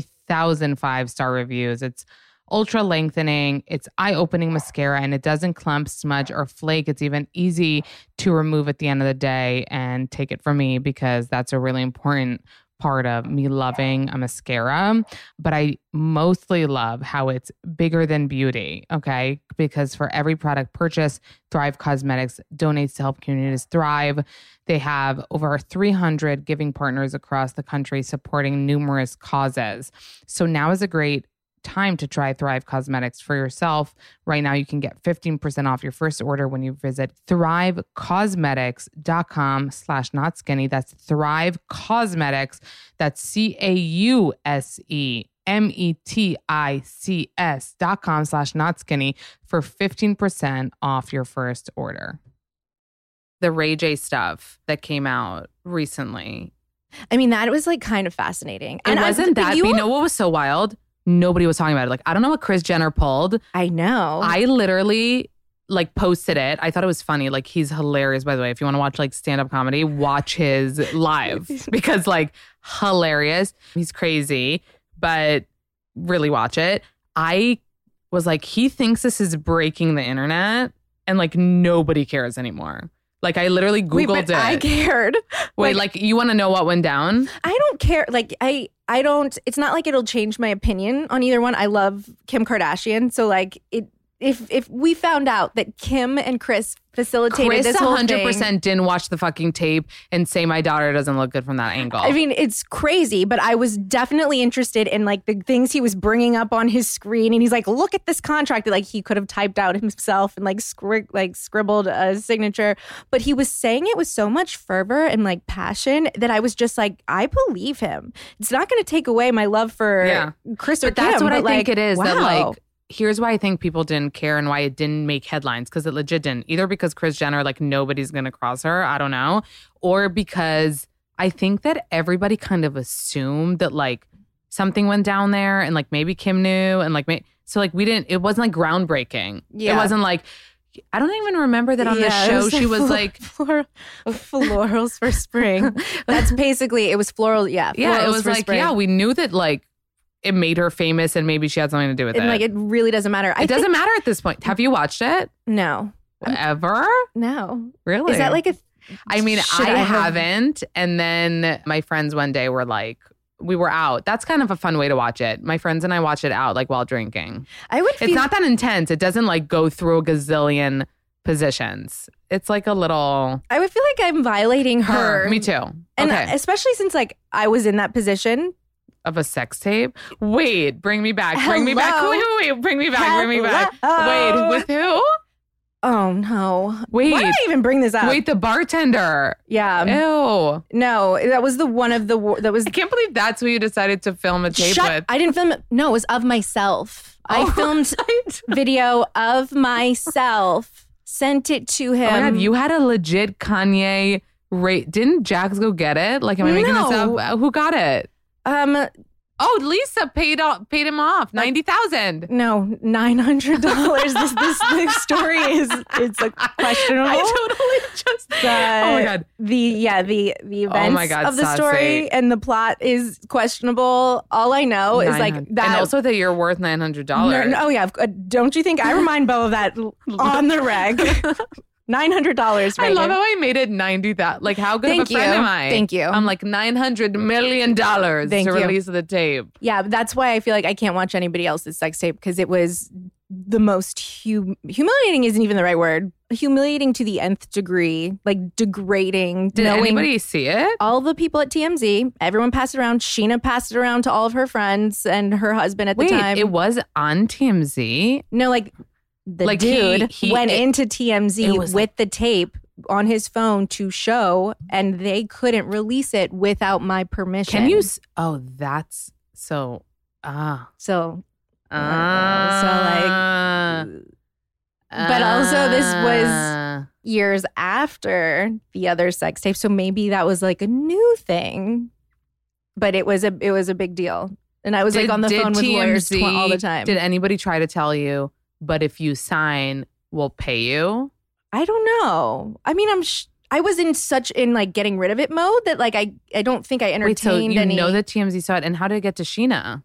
S5: 20,000 five star reviews. It's ultra lengthening. It's eye opening mascara and it doesn't clump, smudge, or flake. It's even easy to remove at the end of the day. And take it from me because that's a really important part of me loving a mascara. But I mostly love how it's bigger than beauty. Okay. Because for every product purchase, Thrive Cosmetics donates to help communities thrive. They have over 300 giving partners across the country supporting numerous causes. So now is a great time to try Thrive Cosmetics for yourself. Right now you can get 15% off your first order when you visit thrivecosmetics.com slash not skinny. That's Thrive Cosmetics. That's C-A-U-S-E E M-E-T-I-C-S dot com slash not skinny for 15% off your first order. The Ray J stuff that came out recently.
S6: I mean, that was like kind of fascinating.
S5: It
S6: I-
S5: wasn't
S6: but
S5: that you, you know what was so wild? Nobody was talking about it. Like, I don't know what Chris Jenner pulled.
S6: I know.
S5: I literally like posted it. I thought it was funny. Like he's hilarious by the way. If you want to watch like stand up comedy, watch his live because like hilarious. He's crazy, but really watch it. I was like he thinks this is breaking the internet and like nobody cares anymore. Like I literally googled
S6: Wait, but
S5: it.
S6: I cared.
S5: Wait, like, you want to know what went down?
S6: I don't care. Like I, I don't. It's not like it'll change my opinion on either one. I love Kim Kardashian, so like it. If if we found out that Kim and Chris facilitated
S5: Chris
S6: this whole
S5: 100%
S6: thing,
S5: didn't watch the fucking tape and say my daughter doesn't look good from that angle.
S6: I mean, it's crazy. But I was definitely interested in like the things he was bringing up on his screen, and he's like, "Look at this contract." that, Like he could have typed out himself and like scrib- like scribbled a signature, but he was saying it with so much fervor and like passion that I was just like, "I believe him." It's not going to take away my love for
S5: Yeah.
S6: Chris or
S5: but that's
S6: Kim,
S5: what I
S6: but, like,
S5: think it is. That
S6: wow.
S5: like, here's why I think people didn't care and why it didn't make headlines because it legit didn't. Either because Chris Jenner, like nobody's gonna cross her, I don't know, or because I think that everybody kind of assumed that like something went down there and like maybe Kim knew and like may- so like we didn't. It wasn't like groundbreaking. It
S6: Yeah.
S5: wasn't like. I don't even remember that on
S6: Yeah, it
S5: the show.
S6: was
S5: she was
S6: flor-
S5: like,
S6: flor- florals for spring. That's basically it was floral. Yeah,
S5: yeah, it
S6: florals
S5: was
S6: for
S5: like,
S6: spring.
S5: yeah, we knew that like it made her famous and maybe she had something to do with
S6: and
S5: it.
S6: like it really doesn't matter. I
S5: it doesn't
S6: think-
S5: matter at this point. Have you watched it?
S6: No,
S5: ever?
S6: no.
S5: Really?
S6: Is that like a?
S5: I mean,
S6: should
S5: I,
S6: I have-
S5: haven't. And then my friends one day were like, we were out. That's kind of a fun way to watch it. My friends and I watch it out like while drinking.
S6: I would.
S5: It's
S6: feel-
S5: not that intense. It doesn't like go through a gazillion positions. It's like a little
S6: I would feel like I'm violating her.
S5: her. Me too.
S6: And
S5: okay.
S6: especially since like I was in that position.
S5: of a sex tape. Wait, bring me back. Bring me back.
S6: Hello?
S5: Wait, wait, wait. Bring me back. Bring me back. Wait,
S6: Hello?
S5: with who?
S6: Oh no!
S5: Wait.
S6: Why did I even bring this up? Um,
S5: Wait, the bartender.
S6: Yeah.
S5: Ew.
S6: No, that was the one of the war- that was
S5: I can't believe that's who you decided to film a tape
S6: Shut-
S5: with.
S6: I didn't film it. No, it was of myself.
S5: Oh,
S6: I filmed video of myself, sent it to him.
S5: Oh my god, you had a legit Kanye rate. Didn't Jax go get it? Like, am I making this
S6: No.
S5: up? Uh, Who got it?
S6: um
S5: Oh, Lisa paid off, paid him off ninety thousand.
S6: no, nine hundred dollars. this, this this story is it's like questionable.
S5: I totally just.
S6: The-
S5: oh my god, Oh
S6: The yeah, the the events
S5: my God,
S6: of the
S5: Sase.
S6: story and the plot is questionable. All I know is like
S5: 900.
S6: that
S5: and also that you're worth nine hundred dollars.
S6: No, no, oh yeah, of- uh, don't you think I remind Bo of that on the reg? Nine hundred dollars.
S5: I love how I made it ninety thousand. Like how good
S6: Thank
S5: of a friend
S6: you.
S5: am I?
S6: Thank you.
S5: I'm like nine hundred million dollars to
S6: Thank you.
S5: release the tape.
S6: Yeah, but that's why I feel like I can't watch anybody else's sex tape because it was the most hum- humiliating. Isn't even the right word. Humiliating to the nth degree, like degrading.
S5: Did
S6: knowing
S5: anybody see it?
S6: all the people at TMZ, everyone passed it around. Sheena passed it around to all of her friends and her husband at
S5: Wait,
S6: the time.
S5: it was on TMZ.
S6: no, like the
S5: Like, he-
S6: dude
S5: he-
S6: went
S5: it-
S6: into
S5: it
S6: TMZ
S5: was
S6: with the tape on his phone to show, and they couldn't release it without my permission.
S5: Can you? s- Oh, that's so. Ah.
S6: So,
S5: ah.
S6: so like. But also, this
S5: Ah.
S6: was- years after the other sex tape so maybe that was like a new thing but it was a it was a big deal and i was like on the phone with lawyers tw- all the time
S5: Did anybody try to tell you? But if you sign, we'll pay you.
S6: i don't know i mean i'm sh- i was in such in like getting rid of it mode that like i i don't think i entertained
S5: Wait, so you
S6: any
S5: know that TMZ saw it, and how did it get to Sheena?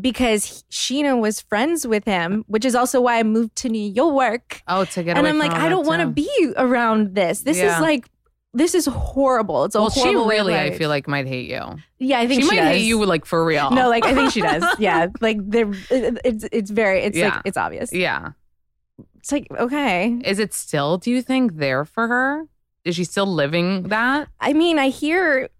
S6: because he- sheena was friends with him which is also why i moved to new york
S5: Oh, to get
S6: and
S5: away
S6: i'm like
S5: from all
S6: i
S5: that
S6: don't want to
S5: stuff.
S6: be around this this
S5: Yeah.
S6: is like this is horrible it's a
S5: Well, she
S6: horrible way of
S5: really, I
S6: life.
S5: feel like, might hate you.
S6: yeah i think
S5: she, might
S6: does.
S5: hate you, like for real.
S6: No, like I think she does. Yeah, like they're it- it's it's very it's
S5: Yeah.
S6: like it's obvious.
S5: yeah.
S6: It's like okay.
S5: Is it still? Do you think there for her? Is she still living that
S6: I mean, I hear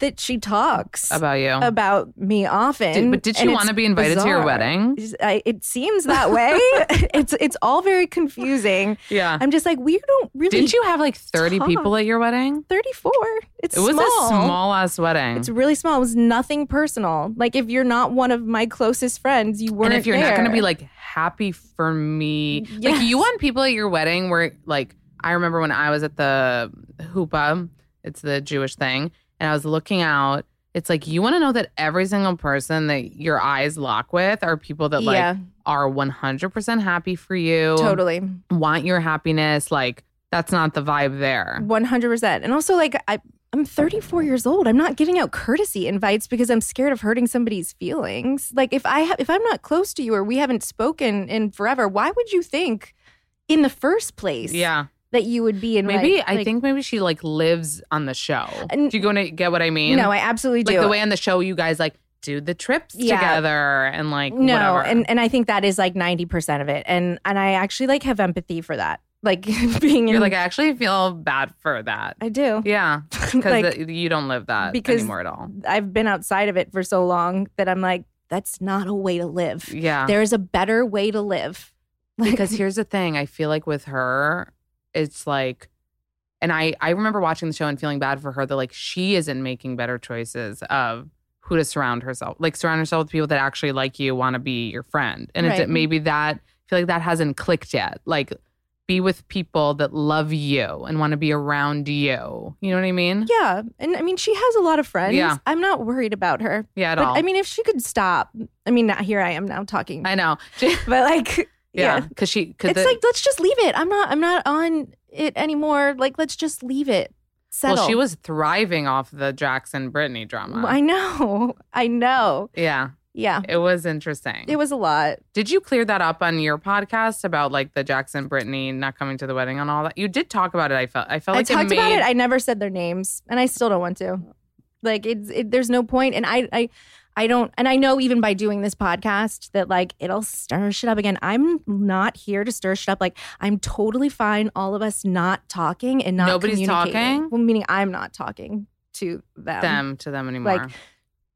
S6: that she talks about,
S5: about you?
S6: me often.
S5: Did- but did she
S6: and
S5: want to
S6: it's
S5: be invited to your
S6: bizarre.
S5: wedding?
S6: I, it seems that way. it's it's all very confusing.
S5: Yeah.
S6: I'm just like we don't really.
S5: Didn't you have like thirty
S6: talk.
S5: people at your wedding?
S6: 34. It's
S5: It was
S6: small.
S5: a small ass wedding.
S6: It's really small. It was nothing personal. Like if you're not one of my closest friends, you weren't.
S5: and if you're not going to
S6: there.
S5: be like happy for me, like
S6: Yes.
S5: you want people at your wedding where like I remember when I was at the hoopah, it's the Jewish thing, and I was looking out. It's like you want to know that every single person that your eyes lock with are people that like
S6: yeah,
S5: are 100% happy for you,
S6: totally.
S5: want your happiness. Like that's not the vibe there.
S6: One hundred percent. And also, like I, I'm 34 years old. I'm not giving out courtesy invites because I'm scared of hurting somebody's feelings. Like if I ha- if I'm not close to you or we haven't spoken in forever, why would you think in the first place?
S5: Yeah,
S6: that you would be in.
S5: maybe
S6: like-
S5: I
S6: like-
S5: think maybe she like lives on the show.
S6: And-
S5: Do you going to get what I mean?
S6: no, I absolutely
S5: like
S6: do.
S5: the way on the show you guys like do the trips
S6: Yeah.
S5: together and like
S6: no,
S5: whatever.
S6: and and I think that is like 90 percent of it. And and I actually like have empathy for that. Like being
S5: you're
S6: in,
S5: like I actually feel bad for that.
S6: I do.
S5: Yeah, because uh,
S6: Like,
S5: you don't live that
S6: because-
S5: anymore at all.
S6: I've been outside of it for so long that I'm like, that's not a way to live.
S5: Yeah,
S6: There is a better way to live. Like,
S5: because here's the thing. I feel like with her, it's like, and I I remember watching the show and feeling bad for her that like she isn't making better choices of who to surround herself, like surround herself with people that actually like you, want to be your friend, and it's
S6: Right.
S5: maybe that I feel like that hasn't clicked yet, like. Be with people that love you and want to be around you. You know what I mean?
S6: Yeah. And I mean, she has a lot of friends.
S5: Yeah.
S6: I'm not worried about her.
S5: Yeah, at
S6: but
S5: all.
S6: I mean, if she could stop, I mean, not, here I am now talking,
S5: I know.
S6: but like,
S5: yeah,
S6: yeah.
S5: because she, because
S6: It's like, let's just leave it. I'm not, I'm not on it anymore. Like, let's just leave it. Settle.
S5: well, she was thriving off the Jackson Brittany drama.
S6: I know. I know.
S5: yeah,
S6: Yeah.
S5: it was interesting.
S6: It was a lot.
S5: Did you clear that up on your podcast about like the Jackson Brittany not coming to the wedding and all that? You did talk about it. I felt. I felt like
S6: I talked
S5: it
S6: about
S5: made-
S6: it. I never said their names, and I still don't want to. Like it's it, there's no point, and I I I don't, and I know even by doing this podcast that like it'll stir shit up again. I'm not here to stir shit up. Like I'm totally fine. All of us not talking and not
S5: Nobody's
S6: communicating.
S5: talking?
S6: Well, meaning I'm not talking to them.
S5: them to them anymore.
S6: um, Like,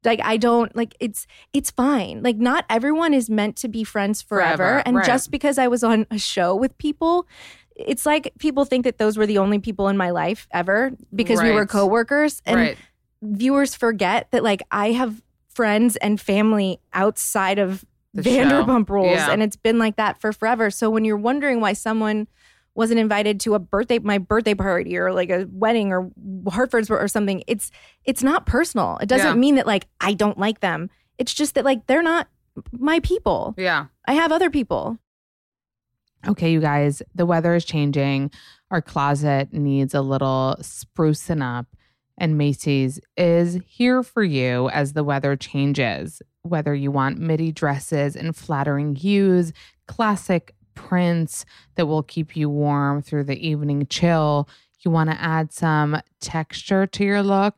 S6: Like I don't like it's it's fine. Like not everyone is meant to be friends forever.
S5: Forever,
S6: and
S5: right.
S6: just because I was on a show with people, it's like people think that those were the only people in my life ever because we were
S5: Right.
S6: coworkers. And
S5: right.
S6: viewers forget that like I have friends and family outside of
S5: The
S6: Vanderpump
S5: show.
S6: Rules,
S5: Yeah.
S6: and it's been like that for forever. So when you're wondering why someone wasn't invited to a birthday, my birthday party, or like a wedding, or Hartford's or something, it's it's not personal. It doesn't
S5: Yeah.
S6: mean that like I don't like them. It's just that like they're not my people.
S5: Yeah.
S6: I have other people.
S5: Okay, you guys, the weather is changing. Our closet needs a little sprucing up, and Macy's is here for you as the weather changes. Whether you want midi dresses in flattering hues, classic prints that will keep you warm through the evening chill. You want to add some texture to your look.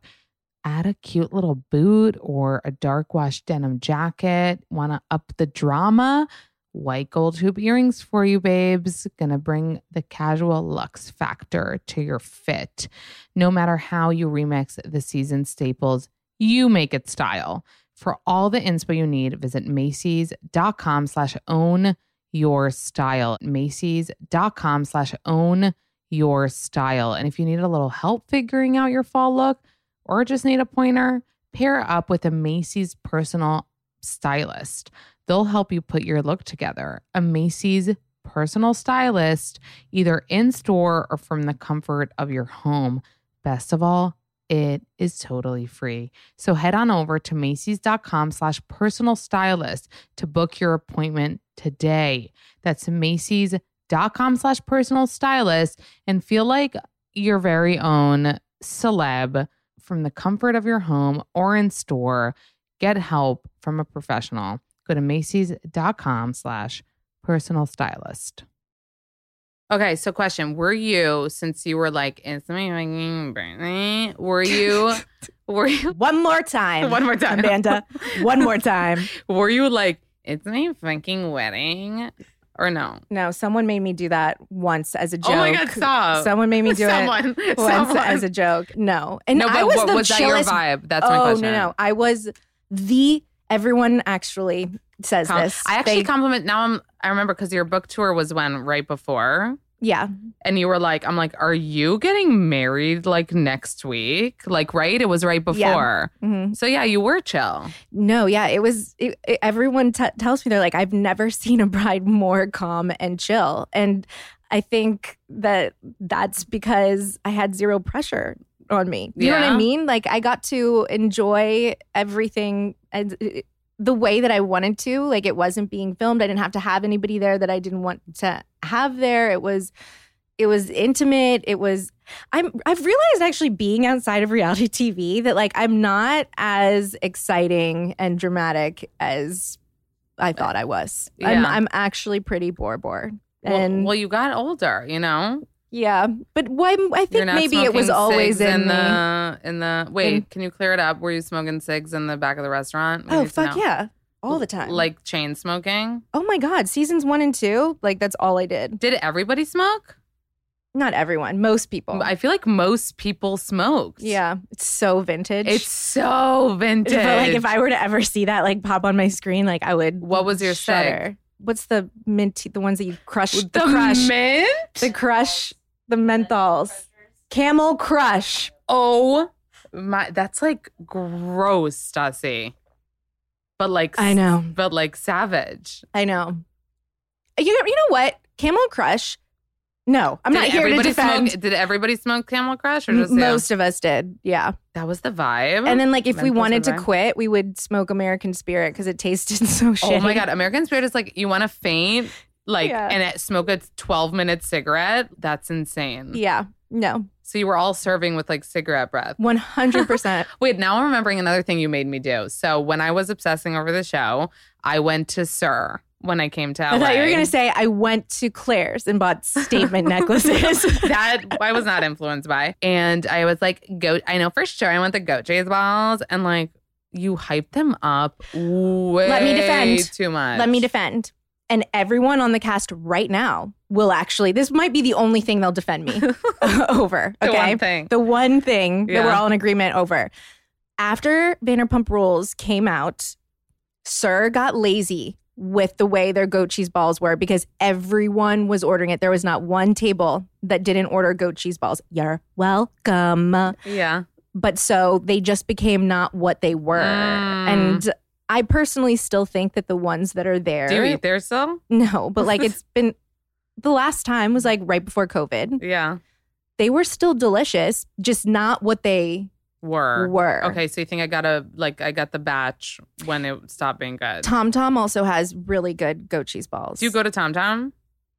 S5: Add a cute little boot or a dark wash denim jacket. Want to up the drama? White gold hoop earrings for you, babes. Gonna bring the casual luxe factor to your fit. No matter how you remix the season staples, you make it style. For all the inspo you need, visit Macy's.com slash own your style. Macy's.com slash own your style. And if you need a little help figuring out your fall look or just need a pointer, pair up with a Macy's personal stylist. They'll help you put your look together. A Macy's personal stylist, either in store or from the comfort of your home. Best of all, it is totally free. So head on over to Macy's.com slash personal stylist to book your appointment today. That's Macy's.com slash personal stylist and feel like your very own celeb from the comfort of your home or in store. Get help from a professional. Go to Macy's.com slash personal stylist. Okay, so question: Were you, since you were like, "It's me, fucking Brittany," were you, were you,
S6: One more time.
S5: one more time,
S6: Amanda. One more time.
S5: were you like, "It's my fucking wedding," or no?
S6: No, someone made me do that once as a joke.
S5: Oh my god, stop!
S6: Someone made me do
S5: someone,
S6: it once
S5: someone.
S6: as a joke. No, and
S5: no, but
S6: I was
S5: what
S6: the
S5: was that your
S6: chillest.
S5: vibe? That's
S6: oh
S5: my question.
S6: no, no, I was the. Everyone actually says
S5: Com-
S6: this.
S5: I actually
S6: They-
S5: compliment. Now I'm. I remember because your book tour was when right before,
S6: yeah,
S5: and you were like, "I'm like, are you getting married like next week?" Like, right? It was right before.
S6: hmm
S5: So yeah, you were chill.
S6: no, yeah. It was. It, it- everyone t- tells me they're like, I've never seen a bride more calm and chill, and I think that that's because I had zero pressure on me. You know what
S5: Yeah.
S6: I mean? Like I got to enjoy everything and it- the way that I wanted to. Like it wasn't being filmed. I didn't have to have anybody there that I didn't want to have there. It was it was intimate. It was I'm I've realized actually being outside of reality TV that like I'm not as exciting and dramatic as I thought I was. I'm
S5: Yeah.
S6: I'm actually pretty bore bore.
S5: Well-
S6: And
S5: well, you got older, you know.
S6: yeah, but why? I
S5: You're
S6: think
S5: not
S6: maybe it was
S5: smoking
S6: always
S5: cigs uh,
S6: in, me. Oh,
S5: the in the wait.
S6: in-
S5: can you clear it up? Were you smoking cigs in the back of the restaurant? We
S6: Oh
S5: need to
S6: fuck
S5: know.
S6: yeah, all the time.
S5: Like chain smoking.
S6: oh my god, seasons one and two, like that's all I did.
S5: Did everybody smoke?
S6: Not everyone, most people.
S5: I feel like most people smoked.
S6: yeah, it's so vintage.
S5: it's so
S6: but
S5: vintage.
S6: like if I were to ever see that like pop on my screen, like I would.
S5: What was your cig?
S6: shudder. What's the minty? The ones that you crush. The,
S5: the,
S6: crush.
S5: mint.
S6: the crush. The menthols. Camel Crush.
S5: oh my, that's like gross, Stassi. But like
S6: I know.
S5: But like savage.
S6: I know. You know, you know what? Camel Crush. No, I'm
S5: Did
S6: not here to
S5: everybody
S6: defend.
S5: Smoke, did everybody smoke Camel Crush or
S6: M-
S5: just you?
S6: Most of us did, yeah.
S5: That was the vibe.
S6: And then, like, if we
S5: Mentos
S6: wanted
S5: and
S6: to
S5: vibe.
S6: quit, we would smoke American Spirit because it tasted so
S5: Oh
S6: shitty.
S5: my god, American Spirit is like you want to faint, like
S6: Yeah.
S5: and it, smoke a twelve minute cigarette. That's insane.
S6: Yeah, no,
S5: So you were all serving with like cigarette breath.
S6: one hundred percent.
S5: Wait, now I'm remembering another thing you made me do. So when I was obsessing over the show, I went to Sir when I came to LA.
S6: I thought you were gonna say I went to Claire's and bought statement necklaces.
S5: that I was not influenced by. And I was like, go I know for sure I want the Gojays balls and like you hyped them up way
S6: me defend.
S5: too much.
S6: Let me defend. And everyone on the cast right now will actually. This might be the only thing they'll defend me over.
S5: The
S6: Okay,
S5: one thing.
S6: the one thing that we're
S5: Yeah.
S6: all in agreement over. After Vanderpump Rules came out, Sir got lazy with the way their goat cheese balls were because everyone was ordering it. There was not one table that didn't order goat cheese balls. You're welcome.
S5: Yeah.
S6: But so they just became not what they were.
S5: Mm.
S6: And I personally still think that the ones that are there.
S5: Do you eat there still?
S6: No, but like it's been the last time was like right before COVID.
S5: Yeah.
S6: They were still delicious, just not what they
S5: Were.
S6: were.
S5: Okay, so you think I got a like I got the batch when it stopped being good.
S6: Tom Tom also has really good goat cheese balls.
S5: Do you go to Tom Tom?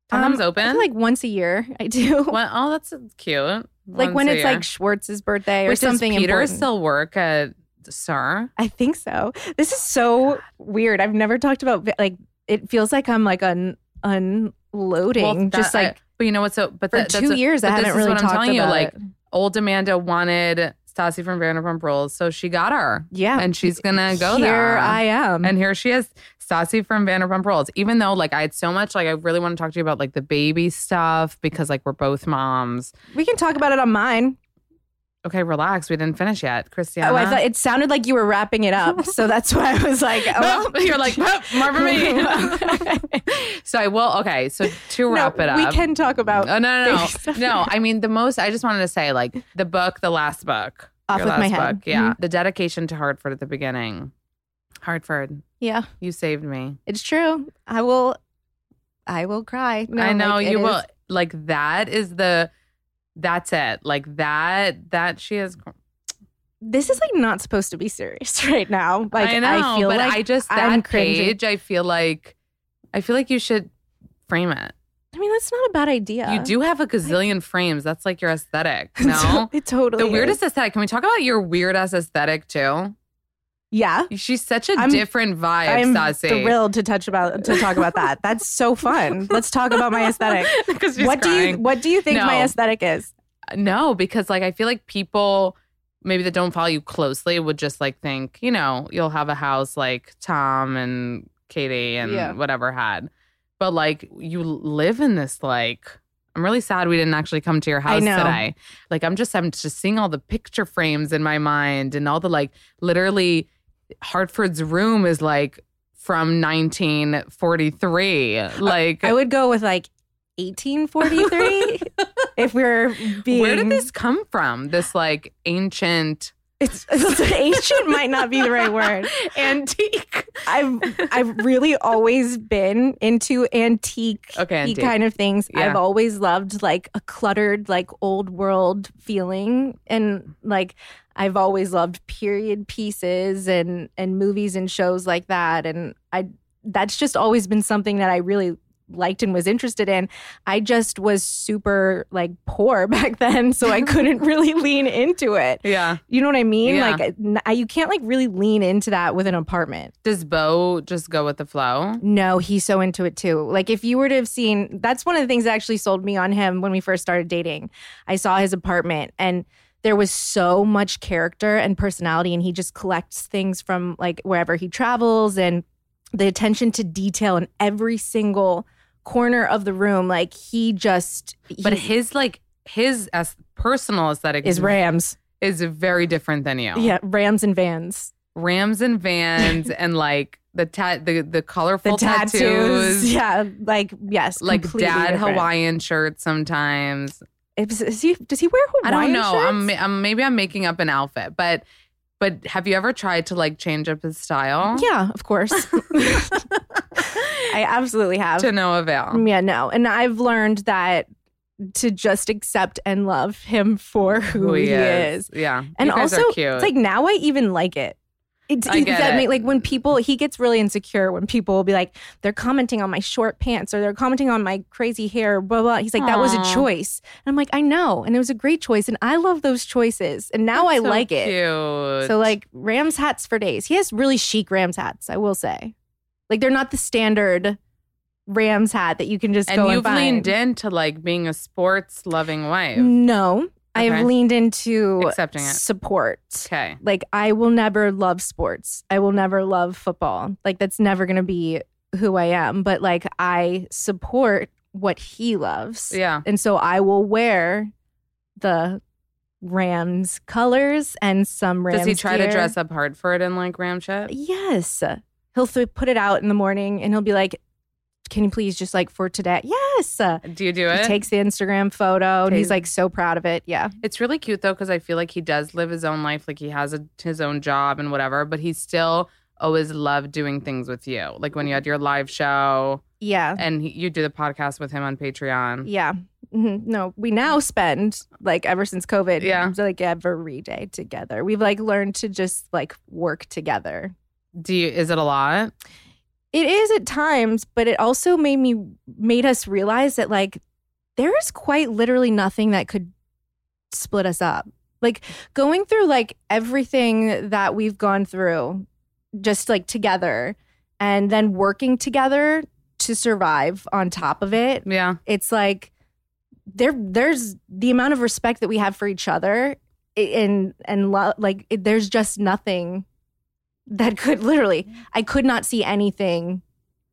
S5: Tom
S6: Um,
S5: Tom's
S6: I
S5: open.
S6: feel like once a year, I do.
S5: When- oh, that's cute.
S6: like when
S5: Once a
S6: it's
S5: year.
S6: like Schwartz's birthday or
S5: Wait, does
S6: something.
S5: Peter
S6: important.
S5: still work at Sir?
S6: I think so. This is so weird. I've never talked about like. It feels like I'm like an un loading.
S5: Well,
S6: just
S5: that- I-
S6: like
S5: but you know what's so? But
S6: for
S5: that, that's
S6: two
S5: a-
S6: years, I
S5: but this
S6: haven't
S5: is
S6: really
S5: what I'm
S6: talked
S5: telling you,
S6: about
S5: like,
S6: it.
S5: Old Amanda wanted Stassi from Vanderpump Rules, so she got her.
S6: Yeah.
S5: and she's gonna go
S6: here
S5: there.
S6: I am.
S5: and here she is, Stassi from Vanderpump Rules. Even though, like, I had so much, like, I really want to talk to you about like the baby stuff because, like, we're both moms.
S6: we can talk about it on mine.
S5: Okay, relax. We didn't finish yet, Christiana.
S6: Oh, I thought it sounded like you were wrapping it up, so that's why I was like, oh, well,
S5: Nope. You're like, nope, more for me. so I will. Okay, so to wrap
S6: no,
S5: it up,
S6: We can talk about
S5: Oh, no, no, no.
S6: There's-
S5: no, I mean, the most, I just wanted to say, like, the book, the last book.
S6: Off
S5: your
S6: with my
S5: last
S6: head. Mm-hmm.
S5: Book, yeah. The dedication to Hartford at the beginning. Hartford,
S6: yeah,
S5: you saved me.
S6: it's true. I will, I will cry. No,
S5: I know
S6: like, it
S5: you
S6: is-
S5: will. Like, that is the, that's it. Like, that, that she is.
S6: This is like not supposed to be serious right now. Like
S5: I know,
S6: feel
S5: but
S6: like
S5: I just, that
S6: I'm cringing.
S5: page, I feel like, I feel like you should frame it.
S6: I mean, that's not a bad idea.
S5: You do have a gazillion frames. That's like your aesthetic. No.
S6: it totally.
S5: The
S6: is.
S5: weirdest aesthetic. Can we talk about your weird ass aesthetic too?
S6: Yeah.
S5: She's such a
S6: I'm-
S5: different vibe,
S6: I'm
S5: Stassi.
S6: thrilled to touch about to talk about that. That's so fun. Let's talk about my aesthetic.
S5: 'Cause she's
S6: What do you
S5: crying.
S6: what do you think my
S5: No.
S6: aesthetic is?
S5: No, because like I feel like people maybe that don't follow you closely would just like think, you know, you'll have a house like Tom and Katie and
S6: Yeah.
S5: whatever had. But like you live in this like I'm really sad we didn't actually come to your house
S6: know.
S5: today. Like I'm just I'm just seeing all the picture frames in my mind and all the like literally Hartford's room is like from 1943. Like
S6: I would go with like 1843 if we're being
S5: Where did this come from? This like ancient
S6: it's, it's- ancient might not be the right word.
S5: antique.
S6: I've I've really always been into antique,
S5: Okay, antique.
S6: kind of things.
S5: Yeah.
S6: I've always loved like a cluttered, like old world feeling, and like I've always loved period pieces and and movies and shows like that. And I that's just always been something that I really liked and was interested in. I just was super like poor back then, so I couldn't really lean into it.
S5: Yeah.
S6: You know what I mean?
S5: Yeah.
S6: Like n- I, you can't like really lean into that with an apartment.
S5: Does Bo just go with the flow?
S6: No, he's so into it too. Like if you were to have seen, that's one of the things that actually sold me on him when we first started dating. I saw his apartment and there was so much character and personality and he just collects things from like wherever he travels and the attention to detail in every single corner of the room like he just
S5: But
S6: he
S5: his like his as personal aesthetic
S6: is Rams.
S5: is very different than you.
S6: Yeah, Rams and Vans.
S5: Rams and vans and like the ta- the the colorful
S6: The tattoos. Yeah, like yes,
S5: Like
S6: completely
S5: dad
S6: different.
S5: Hawaiian shirts sometimes.
S6: Is, is he does he wear
S5: I don't
S6: Hawaiian?
S5: know. I'm,
S6: shirts?
S5: I'm maybe I'm making up an outfit, but but have you ever tried to like change up his style?
S6: Yeah, of course. I absolutely have.
S5: to no avail.
S6: Yeah, no. And I've learned that to just accept and love him for who, he is.
S5: Yeah.
S6: And
S5: you guys
S6: also,
S5: are cute.
S6: it's like now I even like it. It's,
S5: I get
S6: that
S5: it.
S6: make- like when people he gets really insecure when people will be like they're commenting on my short pants or they're commenting on my crazy hair blah blah. He's like that was a
S5: Aw.
S6: choice, and I'm like I know, and it was a great choice, and I love those choices, and now I
S5: So
S6: like it.
S5: Cute.
S6: So like Rams hats for days. He has really chic Rams hats, I will say. Like they're not the standard Rams hat that you can just
S5: and
S6: go
S5: you've
S6: and find.
S5: leaned into like being a sports loving wife.
S6: No, I
S5: Okay.
S6: have leaned into
S5: Accepting it.
S6: support.
S5: Okay.
S6: Like I will never love sports. I will never love football. Like that's never going to be who I am, but like I support what he loves.
S5: Yeah.
S6: And so I will wear the Rams colors and some Rams
S5: Does he try to
S6: gear.
S5: dress up hard for it in like ram shit?
S6: Yes. He'll th- put it out in the morning and he'll be like, Can you please just like for today? Yes.
S5: Do you do
S6: He
S5: it?
S6: takes the Instagram photo and he's
S5: Takes-
S6: like so proud of it. Yeah.
S5: it's really cute though because I feel like he does live his own life, like he has a, his own job and whatever, but he still always loved doing things with you, like when you had your live show
S6: Yeah.
S5: and he, you do the podcast with him on Patreon.
S6: Yeah. Mhm. No, we now spend like ever since COVID,
S5: Yeah.
S6: like every day together. We've like learned to just like work together.
S5: Do you? Is it a lot?
S6: It is at times, but it also made me made us realize that like there is quite literally nothing that could split us up. Like going through like everything that we've gone through just like together and then working together to survive on top of it.
S5: Yeah.
S6: It's like there there's the amount of respect that we have for each other i- and and lo- like it, there's just nothing that could literally I could not see anything